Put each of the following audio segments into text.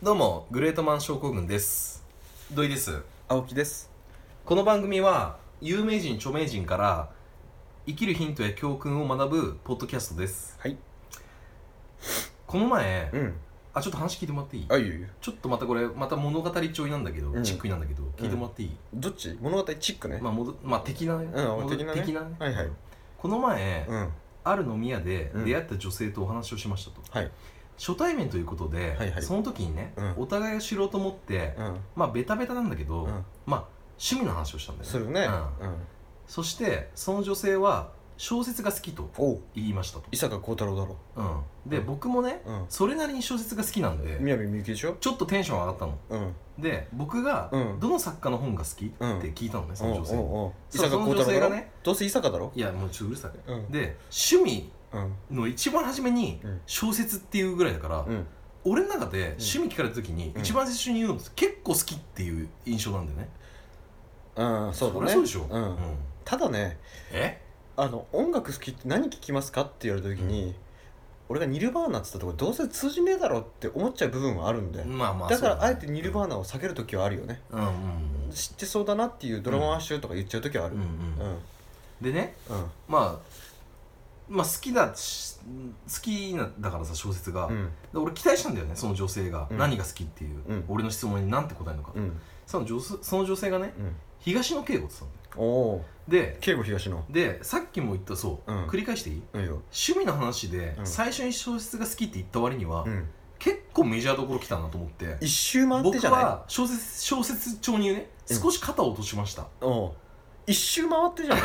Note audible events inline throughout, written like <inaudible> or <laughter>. どうもグレートマン症候群です土井です青木ですこの番組は有名人著名人から生きるヒントや教訓を学ぶポッドキャストですはいこの前うんあちょっと話聞いてもらっていいあいいよいいよちょっとまたこれまた物語調になんだけど、うんチックになんだけど聞いてもらっていい、どっち物語チックね、まあ戻まあ的なね、うん戻的なね的なねはいはいこの前、うんある飲み屋でうん出会った女性とお話をしましたと、はい初対面ということで、はいはいその時にね、うんお互いを知ろうと思って、うんまあベタベタなんだけど、うんまあ趣味の話をしたんだよねするねうんうんそしてその女性は小説が好きとおう言いましたと、伊坂幸太郎だろうん、でうん僕もねうんそれなりに小説が好きなんで宮部みゆきでしょちょっとテンション上がったのうんで僕がうんどの作家の本が好きってうん聞いたのねそおうの女性におうおう伊そう坂そ幸太の女性郎がだろねどうせ伊坂だろいやもうちょっとうるさいうんで趣味うんの一番初めにうん小説っていうぐらいだからうん俺の中で趣味聞かれた時にうん一番最初に言うのって結構好きっていう印象なんだよねうんそうりだねゃそうでしょうんうんただねえあの音楽好きって何聴きますかって言われた時に俺がニルバーナっつったとこどうせ通じねえだろって思っちゃう部分はあるんでまあまあだからあえてニ見ルるバーナを避ける時はあるよねうんうん知ってそうだなっていうドラマーシューとか言っちゃう時はあるうんううんんうんでねうんまあまあ好きだし好きなだからさ小説が、うでん俺期待したんだよねその女性が、うん何が好きっていう、うん俺の質問に何て答えるのか、うんその女その女性がねうん東野圭吾って言っおおたんだよ慶吾東のででさっきも言ったそう、うん繰り返していいうんよ趣味の話でうん最初に小説が好きって言った割には、うん結構メジャーどころ来たなと思って一周回って僕じゃないは小説小説帳にねうん少し肩を落としました、おう一周回ってじゃない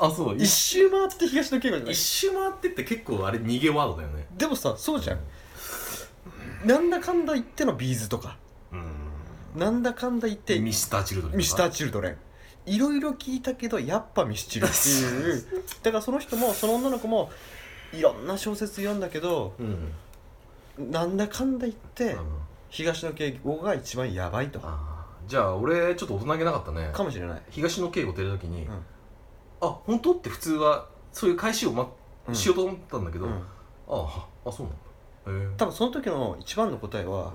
あそう一一周回って東の慶吾じゃない一周回ってって結構あれ逃げワードだよねでもさそうじゃんなんだかんだ言ってのビーズとかうんなんだかんだ言ってミスターチルドレンとかミスター・チルドレンいろいろ聞いたけどやっぱミスチルっていう <laughs> だからその人もその女の子もいろんな小説読んだけどうんなんだかんだ言って東野圭吾が一番やばいとかあーじゃあ俺ちょっと大人げなかったねもしれない、東野圭吾出る時に、うんあ本当って普通はそういう返しを、まうんしようと思ったんだけど、うあんああそうなんだへ多分その時の一番の答ええ、は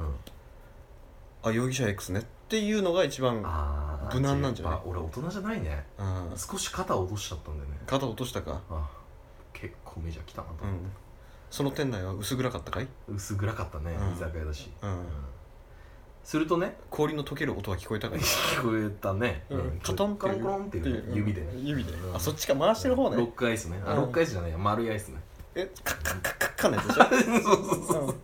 う、ん、あ容疑者 X ねっていうのが一番、あー無難なんじゃないやっぱ俺大人じゃないねうん、少し肩を落としちゃったんだよね肩落としたか、あ結構メジャー来たなとう思っん、その店内は薄暗かったかい、て、薄暗かったね、うん居酒屋だし、うんうんするとね <laughs> 氷の溶ける音は聞こえたかい聞こえたね、うんカトンコロンコロンっていう指でねうん指で、うんあそっちか回してる方ロねックアイスねあうんロックアイスじゃないや丸いアイスねえカッカッカッカッカッのやつでしょ <laughs> そうそうそ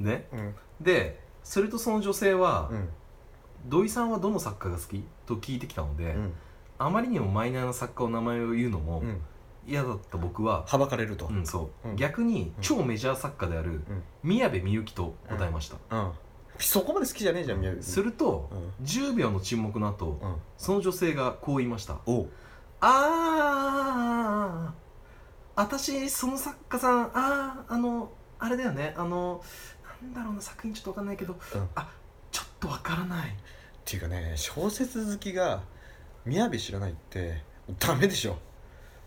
うねうんでそれとその女性は、うん土井さんはどの作家が好きと聞いてきたので、うんあまりにもマイナーな作家の名前を言うのもうん嫌だった僕は、はばかれるとうんそううん逆にうん超メジャー作家であるうん宮部みゆきと答えました、うんそこまで好きじゃねえじゃん宮部すると、うん10秒の沈黙の後うんその女性がこう言いましたおう「あー私その作家さんあーあのあれだよねあのなんだろうな作品ちょっとわかんないけどうんっちょっとわからない」ていうかね小説好きが宮部知らないってダメでしょ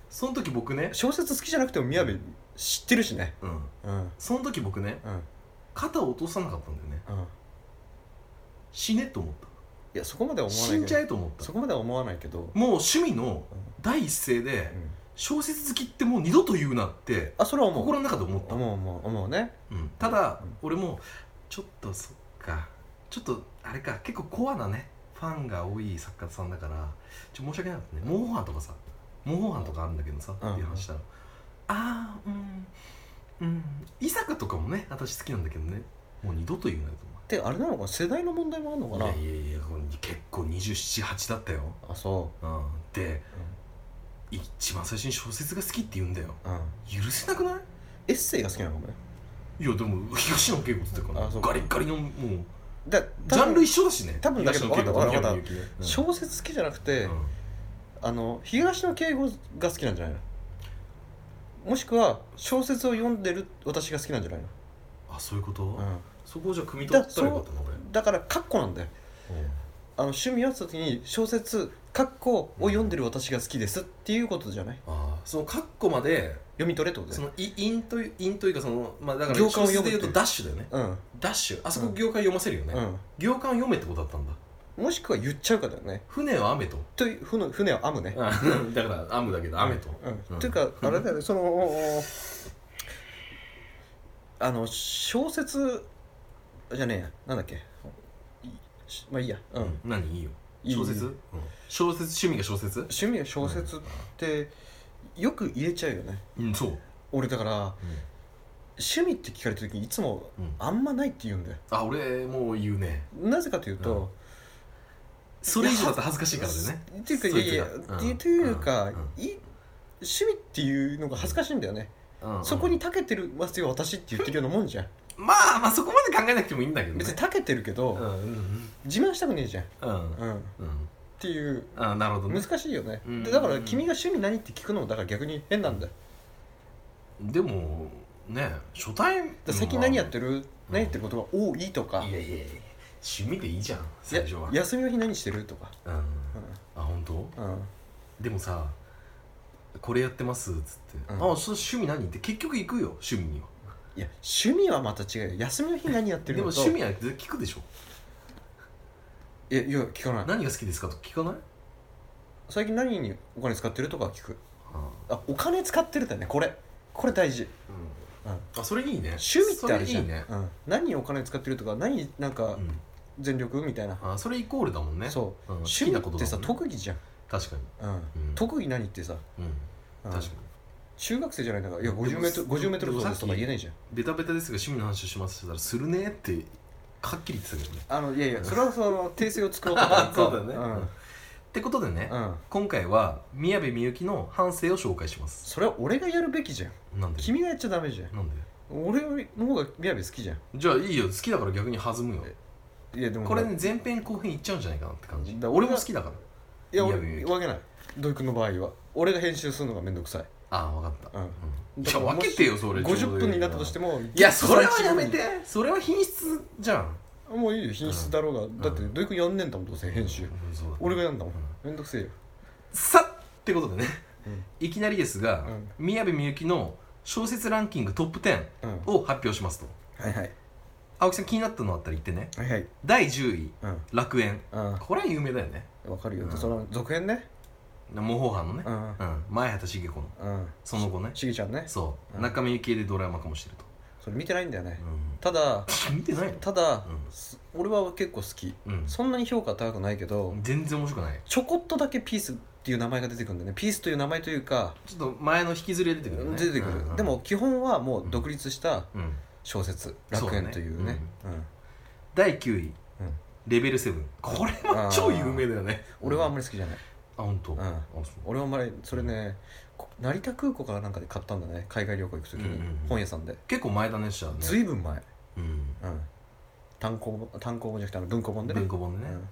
その時僕ね、小説好きじゃなくても宮部知ってるしねうん、うんうんその時僕ね肩を落とさなかったんだよねうん死ねと思ったいやそこまでは思わな死いんけじゃどえと思ったそこまでは思わないけど、もう趣味のうん第一声で小説好きってもう二度と言うなってあそれは思う心の中で思った、思う思う思うねうんただうん俺もちょっとそっかちょっとあれか結構コアなねファンが多い作家さんだからちょっと申し訳なかったね模倣犯とかさ模倣犯とかあるんだけどさってうんいう話したら、ああうんうん伊坂とかもね私好きなんだけどねもう二度と言うなよと思ってであれなのかな世代の問題もあるのかないやいやいやこれ結構278だったよ、あそうん、で、一番最初に小説が好きって言うんだよう、うん、許せなくないエッセイが好きなのかもねいやでも東野圭吾って言ってたからあそうかガリッガリのもうだジャンル緒、一緒だしね多分だけど東野圭吾わかった宮わ部かっみゆきねうん小説好きじゃなくて、うんあの東野圭吾が好きなんじゃないのもしくは小説を読んでる私が好きなんじゃないの、あそういうことうん、そこをじゃあ汲み取ったらよかったな俺だからカッコなんだようんの趣味は時に小説括弧を読んでる私が好きですっていうことじゃないああそのカッコまで読み取れってことだそよのい因という因というかそのまあだから行間小を説読むでってい言ううとダッシュだよねうんダッシュあそこ行間読ませるよね、行間を読めってことだったんだうんもしくは言っちゃうかだよね船は雨とというふの船は編むねあ <laughs> だから雨だけど雨と、うんうんというかあれだよねそのあの小説じゃねえやなんだっけいしまあいいやうん、何いいよいい小説、いうん小説趣味が小説趣味は小説ってよく入れちゃうよねうんそう、俺だから趣味って聞かれた時にいつもうんあんまないって言うんだよあ俺もう言うねなぜかというと、うんそれ以上だと恥ずかしいからでねっていうかいやいやそいつがってうんというか、うんい趣味っていうのが恥ずかしいんだよね、うんそこに長けてるますよ私って言ってるようなもんじゃんまあまあそこまで考えなくてもいいんだけどね別に長けてるけど、うんうん自慢したくねえじゃん、うんうんうん、っうんていうあなるほどね難しいよね、うんでだから君が趣味何って聞くのもだから逆に変なんだよでもね初対面だから最近何やってる、うん何やってることが多いとか、いやいやいや趣味でいいじゃん最や初は休みの日何してるとか、うんあ本当うんうん、でもさこれやってますっつって、うんあそれ趣味何って結局行くよ趣味にはいや趣味はまた違うよ休みの日何やってでるのもと趣味は聞くでしょいやいや聞かない何が好きですかとか聞かない最近何にお金使ってるとかは聞くあ,、あお金使ってるだよねこれこれ大事、うん、あそれいいね趣味ってあるじゃんそれいいね、うん、何にお金使ってるとか何なんかうん、全力みたいな、あそれイコールだもんね、そうん、趣好き味なことってださ、もんね特技じゃん、確かに、うん、うん、特技何ってさ、うん、うん確かに中学生じゃないんだからいやでも 50m 50メートでルもさっ走できすとか言えないじゃんベタベタですが趣味の話をしますしたらするねってはっきり言ってたけどねあのいやいやそれはその訂正を作ろうとか <laughs> そうだよねうん、ってことでね、うん、今回は宮部みゆきの反省を紹介しますそれは俺がやるべきじゃんなんで君がやっちゃダメじゃんなんで俺の方がみやべ好きじゃんじゃあいいよ好きだから逆に弾むよいやでもこれね前編後編いっちゃうんじゃないかなって感じだから俺も好きだからいや俺宮部みゆき分けない土井君の場合は俺が編集するのがめんどくさいああ分かった、うんうん、いや分けてよそれ50分になったとしてももいやそれはやめてそれは品質じゃんもういいよ品質だろうが、だって土井君やんねんだもんどうせ編集、うんそうだね俺がやんだもん、うんめんどくせえよさってことでね、いきなりですが、うん宮部みゆきの小説ランキングトップ10うんを発表しますとはいはい青木さん気になったのあったら言ってねはいはい第10位うん楽園あこれは有名だよねあ分かるよ、うんその続編ね模倣犯のねう、んうん、前畑茂子のうんその後ねしげちゃんねそう、うん中身系でドラマ化もしてると、それ見てないんだよね、うただん、見てないのただ、うんす俺は結構好きうんそんなに評価高くないけど、全然面白くないちょこっとだけピースっていう名前が出てくるんだよねピースという名前というかちょっと前の引きずりが出てくるよね出てくる、うんうんでも基本はもう独立したうん小説「そう楽だね園」というねうん第9位、うんレベル7これも超有名だよね俺はあんあまり好きじゃない本当、うんあそう俺はあんまりそれねこ成田空港からなんかで買ったんだね海外旅行行く時に、うんうんうん本屋さんで結構前だねしちゃうねずいぶん前、うんうん、単行本単行本じゃなくてあの文庫本でね文庫本でね、うんうん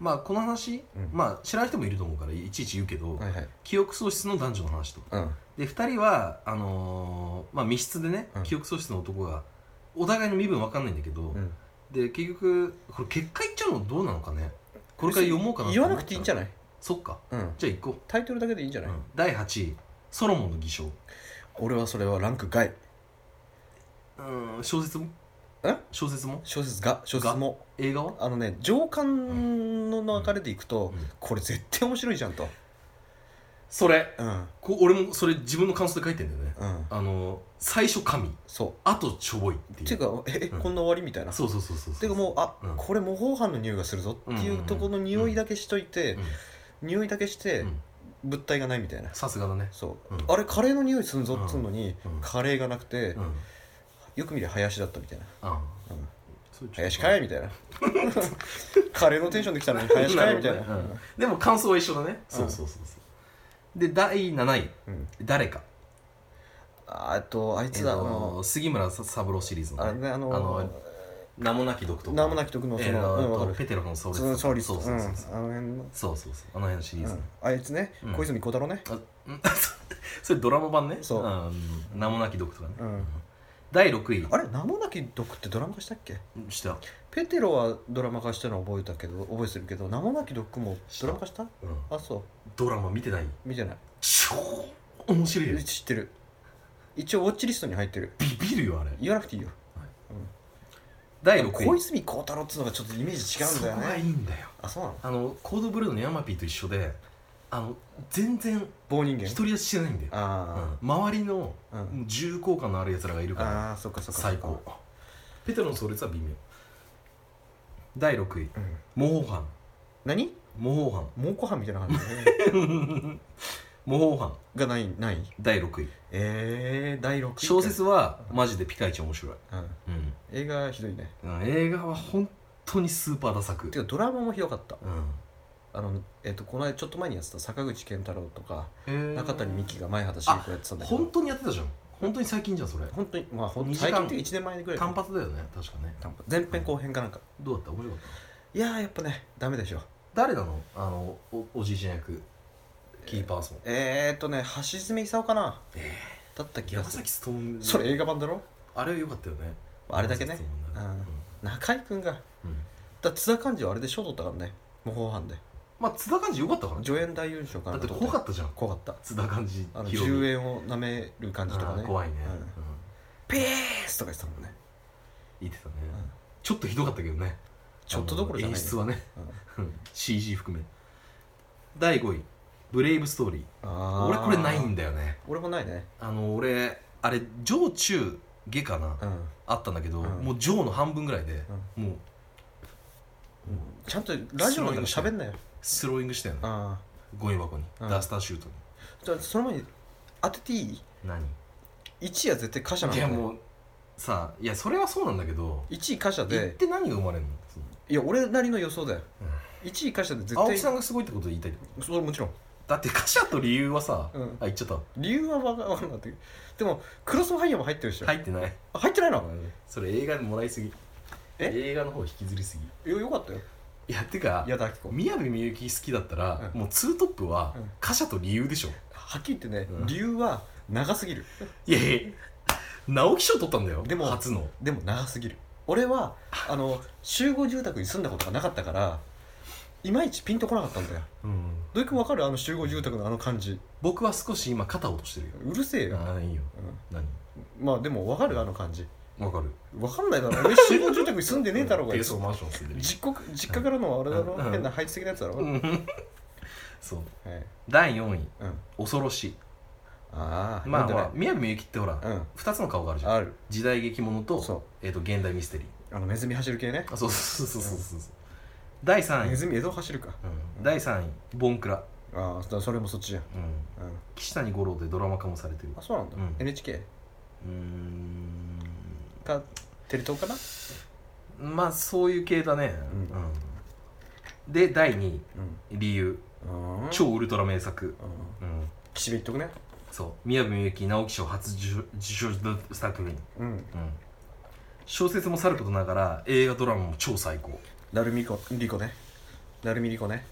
まあこの話、うんまあ知らない人もいると思うからいちいち言うけど、はいはい記憶喪失の男女の話とうんで2人はあのーまあ密室でね、うん記憶喪失の男がお互いの身分わかんないんだけど、うんで結局これ結果言っちゃうのどうなのかねこれから読もうかな言わなくていいんじゃないないそっかうんじゃあ行こタイトルだけでいいんじゃう、ない、うん第8位「ソロモンの偽証俺はそれはランク外」うん小説もえ小説も小説が小説も映画はあのね上巻の流れでいくと、うんこれ絶対面白いじゃんとそれうんこ俺もそれ自分の感想で書いてんだよねうんあの最初神そあとちょぼいっていうっうていうかえ、うんこんな終わりみたいなそうそうそうそうていうかもうあ、うんこれ模倣犯の匂いがするぞっていうところの匂いだけしといて、匂いだけして、うん物体がないみたいなさすがだねそう、うんあれカレーの匂いするぞっつうのに、うんカレーがなくて、うんよく見りゃ林だったみたいなあうんそれちょっと林かい <laughs> みたいなカレーのテンションで来たのに林かいみたいなるほどねうんでも感想は一緒だねそうそうそうそうで第7位うん誰かああとあいつだ、えっあとの杉村三郎シリーズのあれねねあのあの名もなき毒と名もなき毒のその、えーうん、わかとるペテロのソウルその総理そううそうんあそうのそう辺の、そうそうそうあの辺のシリーうズん、あいつね、うん小泉孝太郎ねあうん <laughs> それドラマ版ねそううん名もなき毒とかねうん第6位あれ名もなき毒ってドラマ化したっけした、ペテロはドラマ化したの覚えたけど覚えてるけど名もなき毒もドラマ化したうん、あそドラマ見てないう見てない超面白いよえ知ってる一応ウォッチリストに入ってるビビるよあれ言わなくていいよ第で6も位小泉孝太郎っつうのがちょっとイメージ違うんだよそこがいねいんだよあそうなのあのコードブルーのヤマピーと一緒であの全然棒人間独り立ちしてないんだよ、あうん周りのあ、うん重厚感のあるやつらがいるからああそっかそっか最高ペテロの創立は微妙第6位うん模倣犯何模倣犯蒙古飯みたいな <laughs> 感じだね模倣犯がないない第6位えー、第6位か小説はマジでピカイチ面白い、うんうん映画ひどいねうん、映画は本当にスーパーダ作てかドラマもひどかったうんあのえっ、とこの間ちょっと前にやってた坂口健太郎とか中中谷美紀が前畑茂子やってたんだけど本当にやってたじゃん本当に最近じゃんそれ本当にまあ本当二に時間最近って1年前ぐらい単発だよね確かね単発前編後編かなんかどうだった面白かったいやーやっぱねダメでしょ誰なのあのおおじいちゃん役キーパーソンえー、っとね橋爪功かなえだった気が山する崎勉それ映画版だろあれは良かったよねあれだけ山ね崎努うん中居君がうんうんだ津田寛治はあれで賞取ったからね模倣犯でまあ津田寛治良かったからね助演男優賞かだなってと怖かったじゃん怖かった津田寛治あのヒロミ10円を舐める感じとかあねー怖いねうんピースとか言ってたもんね、言ってたねうんちょっとひどかったけどねちょっとどころじゃあないの演出はねうん CG 含め第5位ブレイブストーリーあー俺これないんだよね俺もないねあの俺あれ上中下かなうん、あったんだけどうんもう上の半分ぐらいでもうちゃんとラジオの中で喋んなよスローイングしたよねあゴミ箱にうんダスターシュートにあじゃあその前に当てていい何 ?1 位は絶対貨車なんいだやよもうさいやそれはそうなんだけど1位貨車言っでて何が生まれるのそのいや俺なりの予想だよ、う1位貨車で絶対青木さんがすごいってこと言いたいそれもちろん、だってカシャと理由はさうん、あ言っちゃった理由は分か分かんなかったけどでもクロスファイヤーも入ってるでしょ、入ってないあ入ってないのそれ映画でもらいすぎえ映画の方引きずりすぎいやよかったよいやてか矢田亜希子宮部みゆき好きだったら、うんもうツートップはうん貨車と理由でしょ、はっきり言ってね、うん理由は長すぎるいやいや直木賞取ったんだよでも初のでも長すぎる <laughs> 俺はあの集合住宅に住んだことがなかったからいまいちピンとこなかったんだようん土井君わかるあの集合住宅のあの感じ僕は少し今肩を落としてるようるせえよ、ああいいよ何うんまあでもわかるあの感じわかるわかんない <laughs> だろ俺集合住宅に住んでねえだろうが低層マンション住んでる実家実家からのあれだろ、うん変な配置的なやつだろ、うんそうはい第4位うん、恐ろしいああまあほ読らんで宮部みゆきってほら、ない2つの顔があるうじんゃんある時代劇ものと,、そえー、と現代ミステリーうあのネズミ走る系ねあそうそうそうそうそうそう第3ネ位、ズミ江戸走るかうん第3位ボンクラ、ああそれもそっちじゃん、うん、うん、岸谷五郎でドラマ化もされてるあそうなんだ、うん NHK うーんかテレ東かなまあそういう系だね、ううんで第2うん位理由うん超ウルトラ名作、うんうん、岸辺行っとくねそう宮部みゆき直木賞初受賞受賞作品、うんうん、小説もさることながら映画ドラマも超最高なるみりこりこねなるみりこね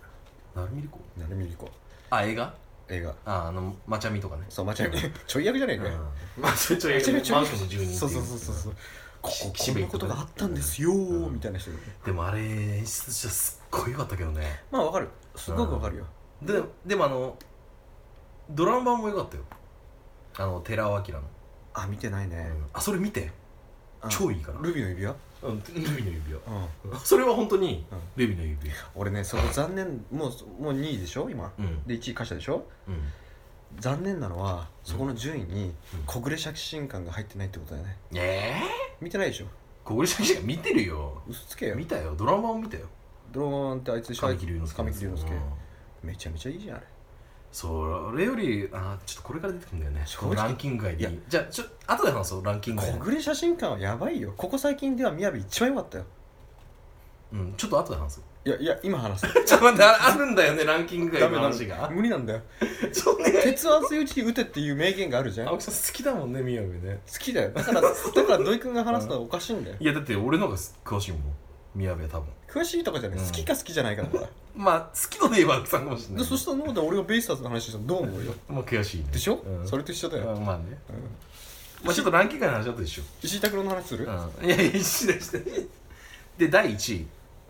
なるみりこなるみりこあ映画映画ああのまちゃみとかねそう間違いないちょい役じゃねえかよまあちょいちょいちょいちょいマンションの住人っていそうそうそうそうそうここ岸こ辺ん行なっこととくねがあったんですよーうんみたいな人でもあれ演出としてはすっごい良かったけどねまあわかるすごくわかるよででもあのドラマ版も良かったよあの寺尾明の、あ見てないねあそれ見てうん超いいからルビーの指輪うんルビーの指輪うんそれは本当にうんルビーの指輪俺ねそこ残念もうもう2位でしょ今うんで1位歌手でしょうん残念なのはそこの順位にうん小暮写真館が入ってないってことだよねええ見てないでしょ小暮写真が見てるよ嘘つけよ見たよドラマも見たよドラマンってあいつでしょ神木隆之介神木隆之うん介めちゃめちゃいいじゃんあれそれよりあーちょっとこれから出てくるんだよね正こ直のランキング外いやでじゃあちょ後で話そうランキング外小暮写真館はやばいよここ最近では雅一番良かったようんちょっと後で話そういやいや <laughs> 今話すちょっと待ってああるんだよねランキングダ外メのダ話メが無理なんだよちょっとね鉄は熱いうちに打てっていう名言があるじゃん好青木さん好きだもんね宮部ねきだよだからだから土井君が話すのはおかしいんだよいやだって俺の方が詳しいもん宮部は多分詳しいとかじゃないうん好きか好きじゃないかだからまあ好きので言えば青木さんかもしれなでいそしたら脳で俺がベイスターズの話したらどう思うよまあ悔しいねでしょうんそれと一緒だようんまあねうんまあちょっとランキングの話だと一緒、石井拓郎の話する、うん、いやいや一緒でしたで第1位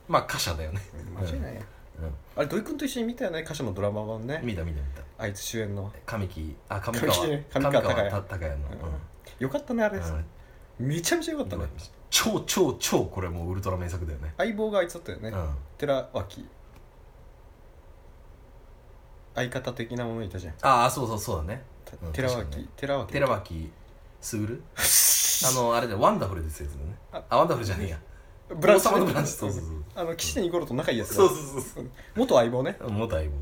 まあ貨車だよね間違いないや、うんあれ土井君と一緒に見たよね歌手のドラマ版ね見た見た見たあいつ主演の神木あ上神木川ね上川隆也上隆也の、よかったねあれ、うんめちゃめちゃよかったね、うん超超超これもうウルトラ名作だよね相棒があいつだったよね、うん寺脇相方的なものいたじゃんああそうそうそうだねたうん寺確か脇に寺脇寺脇 <laughs> 卓あのあれだよワンダフルですやつだねああワンダフルじゃねえやブランチ王様のブランチそうそうそうあの岸谷五郎と仲いいやつだそうそうそ元相棒ねうもうだいぶ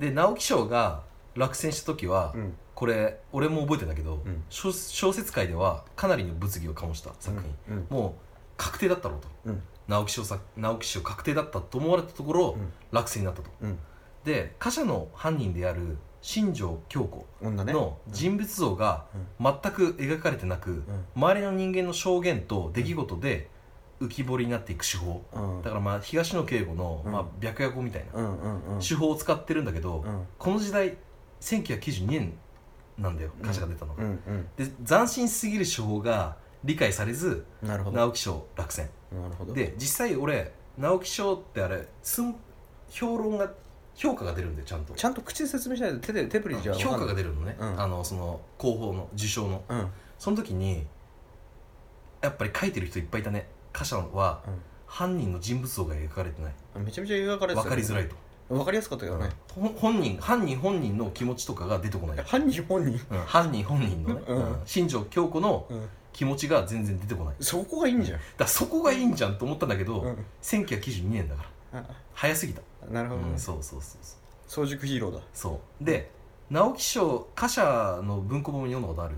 で直木賞が落選した時は、うんこれ俺も覚えてんだけど、うん小小説界ではかなりの物議を醸した作品、うんもう確定だったろうとうん直木賞作直木賞確定だったと思われたところ、うん落選になったとうんで貨車の犯人である新庄京子女ねの人物像が全く描かれてなく、うん周りの人間の証言と出来事で浮き彫りになっていく手法うんだからまあ東野圭吾の、うんまあ、白夜行みたいなうんうんうん手法を使ってるんだけど、うんこの時代1992年なんだようん歌詞が出たのうが、んで斬新すぎる手法が理解されずうんなるほどな直木賞落選るほどで実際俺直木賞ってあれ寸評論が評価が出るんだよちゃんとちゃんと口で説明しないと手で手振りじゃ評価が出出るのね、うんあのその広報の受賞のうんその時にやっぱり書いてる人いっぱいいたね歌者は犯人の人物像が描かれてないうんめちゃめちゃ描かれて分たかりづらいと、分かりやすかったよねほ本人犯人本人の気持ちとかが出てこない、犯人本人うん犯人本人のね、うんうん新庄京子のうん気持ちが全然出てこないだかそこがいいんじゃんらそこがいいんじゃんと思ったんだけど、うん1992年だからあ早すぎた、なるほどうねんそうそうそうそう早熟ヒーローだそうで直木賞貨車の文庫本読んだことある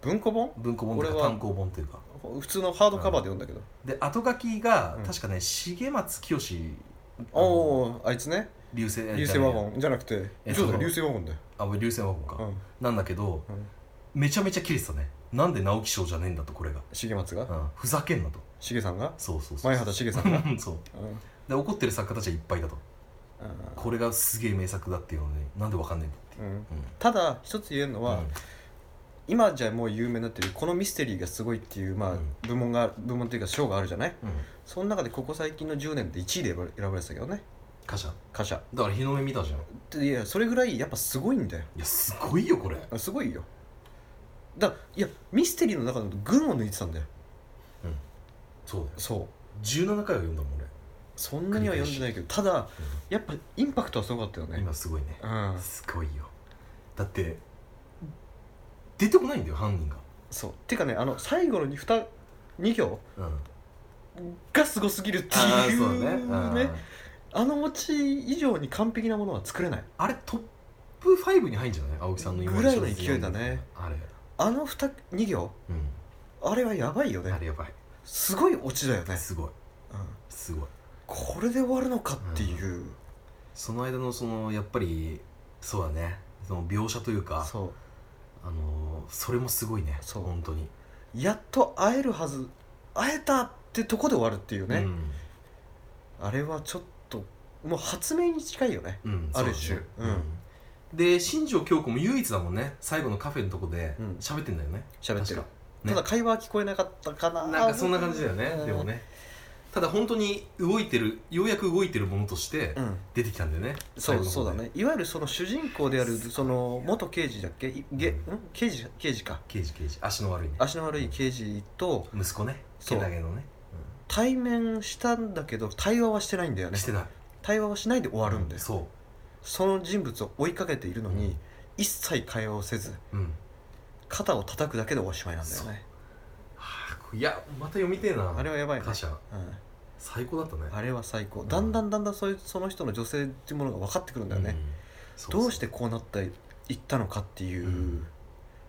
文庫本文庫本という俺かは単行本というか普通のハードカバーで読んだけどで後書きがうん確かね、重松清おおーあいつね流星流星ワゴンじゃなくてえそうそだう流星ワゴンだよあ流星ワゴンか、うんなんだけどうんめちゃめちゃキレてたねなんで直木賞じゃねえんだとこれが、重松がうん、ふざけんなと重さんがそうそうそう前畑重さんが <laughs> そううんで怒ってる作家たちはいっぱいだとあこれがすげえ名作だっていうのになんでわかんねえんだってーうんうんただ一つ言えるのは、うん今じゃもう有名になってるこのミステリーがすごいっていう、まあうん部門が部門っていうか賞があるじゃないうんその中でここ最近の10年で1位で選ばれ選ばれてたけどね貨車貨車だから日の目見たじゃんいでいやそれぐらいやっぱすごいんだよやすごいよこれあすごいよだいやミステリーの中で群を抜いてたんだよそうだよそう17回は読んだもん俺、そんなには読んでないけどただやっぱインパクトはすごかったよね今すごいねうんすごいよだって出てこないんだよ犯人がそうてかねあの最後の 2, 2行うんがすごすぎるってあ <laughs> ーいそうねうねうんあのオチ以上に完璧なものは作れないあれトップ5に入るんじゃない青木さんのぐらいの小説勢いだねあれあの 2, 2行うあれはやばいよんあねれやばいすごいオチだよね、すごいうん、すごいこれで終わるのかっていう、その間のそのやっぱりそうだねその描写というかそうあのーそれもすごいねそう本当にやっと会えるはず会えたってとこで終わるっていうね、うんあれはちょっともう発明に近いよねうんある種そうだねうんで新庄京子も唯一だもんね最後のカフェのとこでうん喋ってんだよね喋って確るかねただ会話は聞こえなかったかななんかそんな感じだよね、うんでもねただ本当に動いてるようやく動いてるものとしてうん出てきたんだよね、そ最後うのそ方うでだねいわゆるその主人公であるその元刑事だっけいげん刑事刑事か刑事刑事足の悪いね足の悪い刑事と息子ねそけうなげのね、対面したんだけど対話はしてないんだよねしてない対話はしないで終わるんだよそその人物を追いかけているのに、うん一切会話をせずううん肩を叩くだけでおしまいなんだよねはあいやまた読みてえなあれはやばいね歌詞う最高だったねん、あれは最高んだんだんだんだんそういうその人の女性っていうものが分かってくるんだよね、んそどうしてこうなったいったのかっていう、うん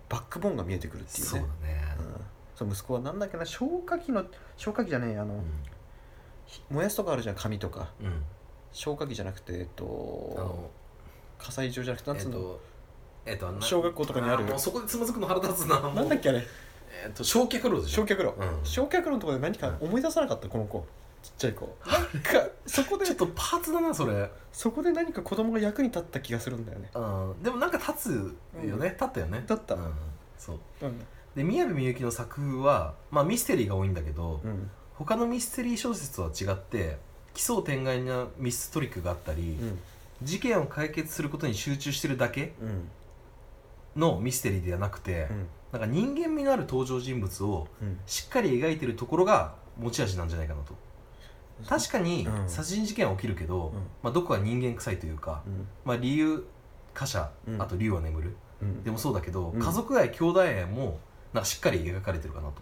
バックボーンが見えてくるっていうそうねだねう、んそう息子はなんだっけな消火器の消火器じゃねえあの、ひ燃やすとかあるじゃん紙とかうんうん消火器じゃなくてえっあとの火災場じゃなくてえなっんつうの、とえっとな小学校とかにあるーもうそこでつまずくの腹立つなもうなんだっけあれえっと焼却炉でしょ焼却炉、うん焼却炉のところで何か思い出さなかったこの子ちっちゃい子なんかそこでちょっとパーツだなそれそこで何か子供が役に立った気がするんだよねうんでもなんか立つよね、立ったよね立ったうんそううんで宮部みゆきの作風は、まあ、ミステリーが多いんだけど、うん他のミステリー小説とは違って奇想天外なミストリックがあったり、うん事件を解決することに集中してるだけうんのミステリーではなくて、うんなんか人間味のある登場人物をうんしっかり描いてるところが持ち味なんじゃないかなと確かにうん殺人事件は起きるけど、うんまあ、どこか人間臭いというか、うんまあ、理由他者うんあと竜は眠る、うんでもそうだけど、うん家族愛兄弟愛もなんかしっかり描かれてるかなと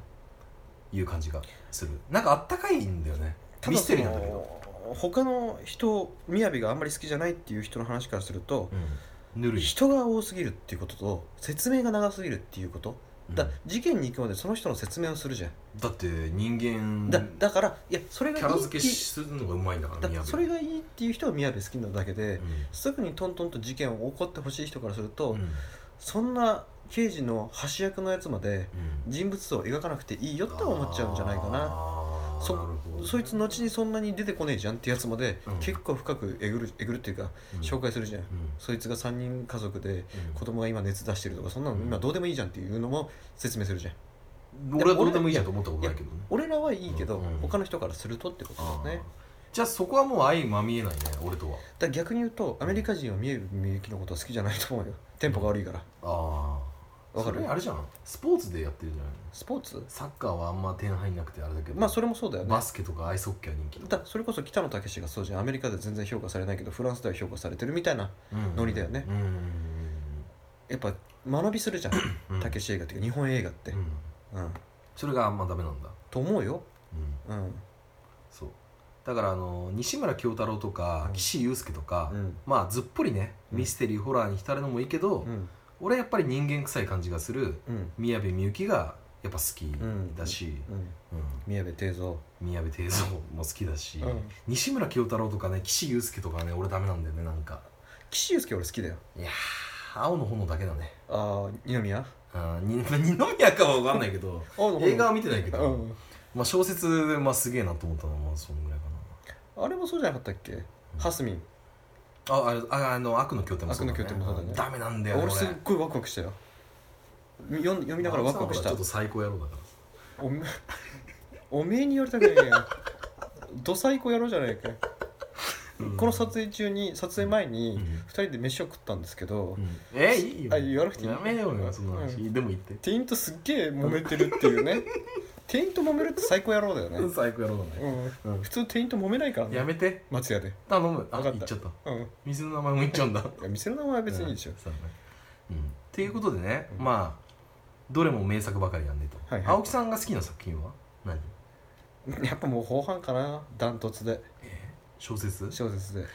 いう感じがするなんかあったかいんだよねたミだスそテリーのなんだけど、他の人雅があんまり好きじゃないっていう人の話からするとうん、ぬるい、人が多すぎるっていうことと説明が長すぎるっていうことだうん事件に行くまでその人の説明をするじゃんだって人間だだからいやそれがキいャいラっ付てけするのがうまいんだからだ宮部それがいいっていう人は宮部好きなだけで、うすぐにトントンと事件を起こってほしい人からすると、んうんそんな刑事の端役のやつまでうん人物像を描かなくていいよって思っちゃうんじゃないかなあーそなるほどねそいつ後にそんなに出てこねえじゃんってやつまで、うん結構深くえぐるえぐるっていうかうん紹介するじゃん、うんそいつが3人家族でうん子供が今熱出してるとかそんなうんの今どうでもいいじゃんっていうのも説明するじゃん俺はどうでもいいじゃんと思ったことないけどね俺らはいいけど、うん他の人からするとってことあだーよねじゃあそこはもう相まみえないね俺とはだから逆に言うとアメリカ人は見えるみゆきのことは好きじゃないと思うよテンポが悪いからああわかそるれあれじゃんスポーツでやってるじゃないスポーツサッカーはあんま点入んなくてあれだけどまあそれもそうだよねバスケとかアイスホッケーは人気だそれこそ北野武がそうじゃんアメリカで全然評価されないけどフランスでは評価されてるみたいなうんノリだよねうんうんやっぱ学びするじゃんうんうん武映画っていうか日本映画ってうんうんそれがあんまダメなんだと思うようんうんそうだからあの西村京太郎とか、うん岸優介とか、うんまあずっぽりねうんミステリー、ホラーに浸るのもいいけど、うん俺はやっぱり人間臭い感じがするうん宮部みゆきがやっぱ好きんだし、うんうん宮部定蔵宮部定蔵も好きだし、うん西村京太郎とかね岸優介とかね俺ダメなんだよねなんか岸優介俺好きだよいやー青の炎だけだねああ二宮あーに <laughs> 二宮かは分かんないけど映画は見てないけど、うんまあ、小説、まあ、すげえなと思ったのはまあそのぐらいかあれもそうじゃなかったっけハスミンなああれああの悪の経典もそうだ、ね、悪の経典もそうだねダメなんだよね俺すっごいワクワクしたよみ読ん読みながらワクワクしたちょっと最高野郎だかおめ <laughs> おめえに言われたくないよどさいこやろうじゃないかよら、この撮影中に撮影前にうん2人で飯を食ったんですけど、うんえいいよあ言わなくていいやめようよその話、でも言って店員とすっげえ揉めてるってい <laughs> うね店員と揉めるって最高野郎だよね、うん最高野郎だね、ううんん、普通店員と揉めないからやねめて松屋で、頼むあわかった言っちゃったうん、い水の名前も言っちゃうんだや店の名前は <laughs> 別にいいでしょ、そうだねうんっていうことでね、うんまあどれも名作ばかりなんでと、はいはい青木さんが好きな作品は何やっぱもう後半かなダントツで小説小説で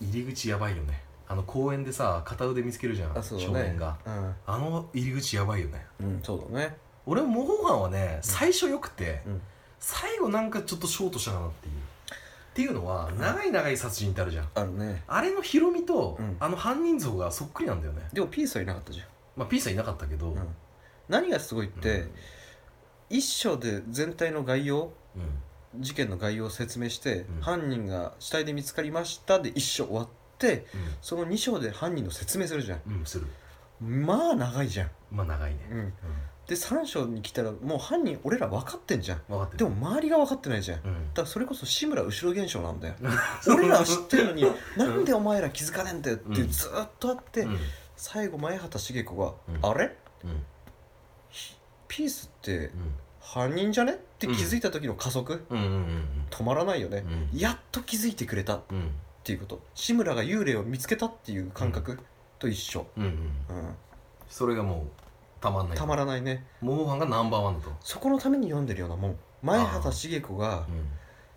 入り口やばいよねあの公園でさ片腕見つけるじゃん、あそう少だ年ねがあの入り口やばいよねうん、うん、そうだね俺も模倣犯はね最初よくて、うん最後なんかちょっとショートしたかなっていうっていうのは長い長い殺人ってあるじゃんあるねあれのヒロミと、うんあの犯人像がそっくりなんだよねでもピースはいなかったじゃまあ P さんいなかったけど、ん、うん、何がすごいって、一章で全体の概要うん、事件の概要を説明して、うん犯人が死体で見つかりましたで一章終わってその二章で犯人の説明するじゃうん、うん、するんまあ長いじゃん、まあ長いね、うん、うで三章に来たらもう犯人俺ら分かってんじゃんん、分かってるでも周りが分かってないじゃんだうかん、らそれこそ志村後ろ現象なんだよ俺らは知ってるのになんでお前ら気づかねえんだよってうんずーっとあって、うん、うん最後前畑茂子がうん「あれうんピースって犯人じゃね?」って気づいた時の加速、うんうんうん止まらないよねう、んやっと気づいてくれたうんっていうこと志村が幽霊を見つけたっていう感覚と一緒、うんうんうんそれがもうたまんないたまららないね模倣犯がナンバーワンだとそこのために読んでるようなもん前畑茂子がうん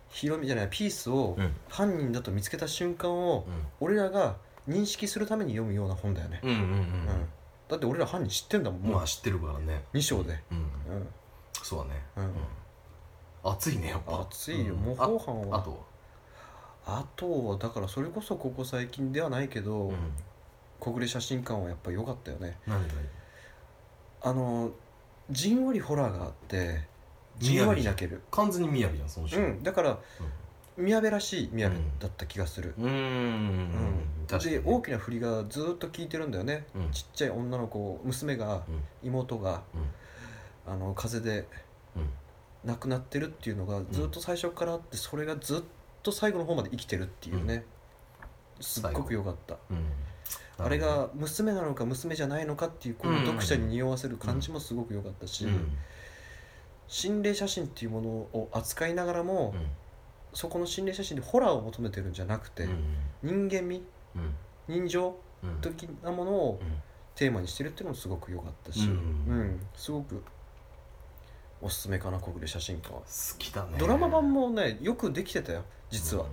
ヒロミじゃないピースをうん犯人だと見つけた瞬間を俺らが認識するために読むような本だよね、うんうんうんうんだって俺ら犯人知ってんだもんうんもまうあ知ってるからね2章で、うんうんそうだねうんうん熱いねやっぱ熱いようん模あ倣犯あはとあとはだからそれこそここ最近ではないけど、はうん小暮写真館はやっぱ良かったよね何何あのじんわりホラーがあってじ宮ん部わり泣ける完全にみやびじゃんそのう人んだから宮部らしい宮部だった気がする、うんうんうん確かにで大きな振りがずっと聞いてるんだよねうんちっちゃい女の子娘がうん妹が、うんあの風邪でうん亡くなってるっていうのがずっと最初からあってそれがずっと最後の方まで生きてるっていうね、すっごく良かったうんあれが娘なのか娘じゃないのかっていうこのうん読者に匂わせる感じもすごく良かったし、うん心霊写真っていうものを扱いながらうんも、そこの心霊写真でホラーを求めてるんじゃなくて、うん人間味うん人情うん的なものをうんテーマにしてるっていうのもすごく良かったし、ううんんすごくおすすめかな国霊写真館は好きだねドラマ版ももねよくできてたよ実は、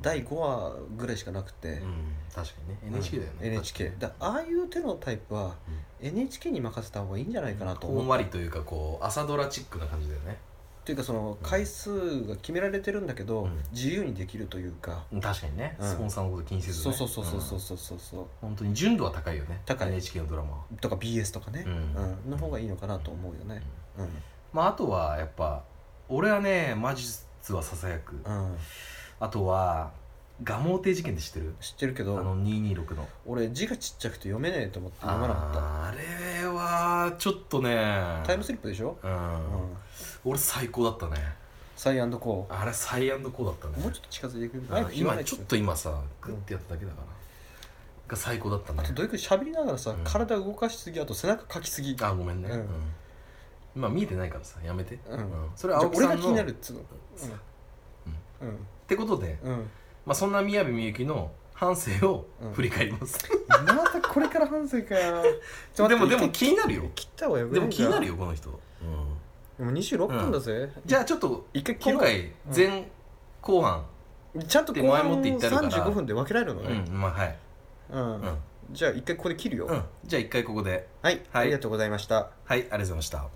第5話ぐらいしかなくて、うん確かにね NHK だよね NHK だああいう手のタイプは NHK に任せた方がいいんじゃないかなとほ思んう、わりというかこう朝ドラチックな感じだよねというかその回数が決められてるんだけど、うん自由にできるというか、確かにねうんスポンサーのこと気にせずそうねそうそうそうそうんそうそうそう本当に純度は高いよね高い NHK のドラマはとか BS とかね、ううんんの方がいいのかなと思うよねうん、まああとはやっぱ俺はね魔術はささやくうん、あとは蒲生亭事件って知ってる知ってるけあどの226の俺字がちっちゃくて読めねえと思って読まなかっあーあれはちょっとねたタイムスリップでしょ、うん、うん、俺最高だったねサイアンドコあれサイアンドコーだったーもうねちょっと近づいてくるあー今ないちょっと今さグッてやっただけだから、が最高だったねあとどういう喋りながらさ、うん体動かしすぎあと背中かきすぎあごめんね、うんうん今見えてないからさやめて、うんそれじはゃあ青木さ俺んのが気になるっつうのさうんってことで、うん、うん、まあ、そんな宮部みゆきの半生を振り返ります、またこれから反省かよちょっと <laughs> でも待でっても一気になるよ回切った方がよくでも気になるよよこの人、うん、でも26分だぜ、じゃあちょっと一回切ろ今う回うん前後半、ちゃんと後前も半って言ってあるから35分で分けられるのうねんまあはい、うん、うんじゃあ一回ここで切るよ、うん、じゃあ一回ここではい、はいありがとうございましたはいありがとうございました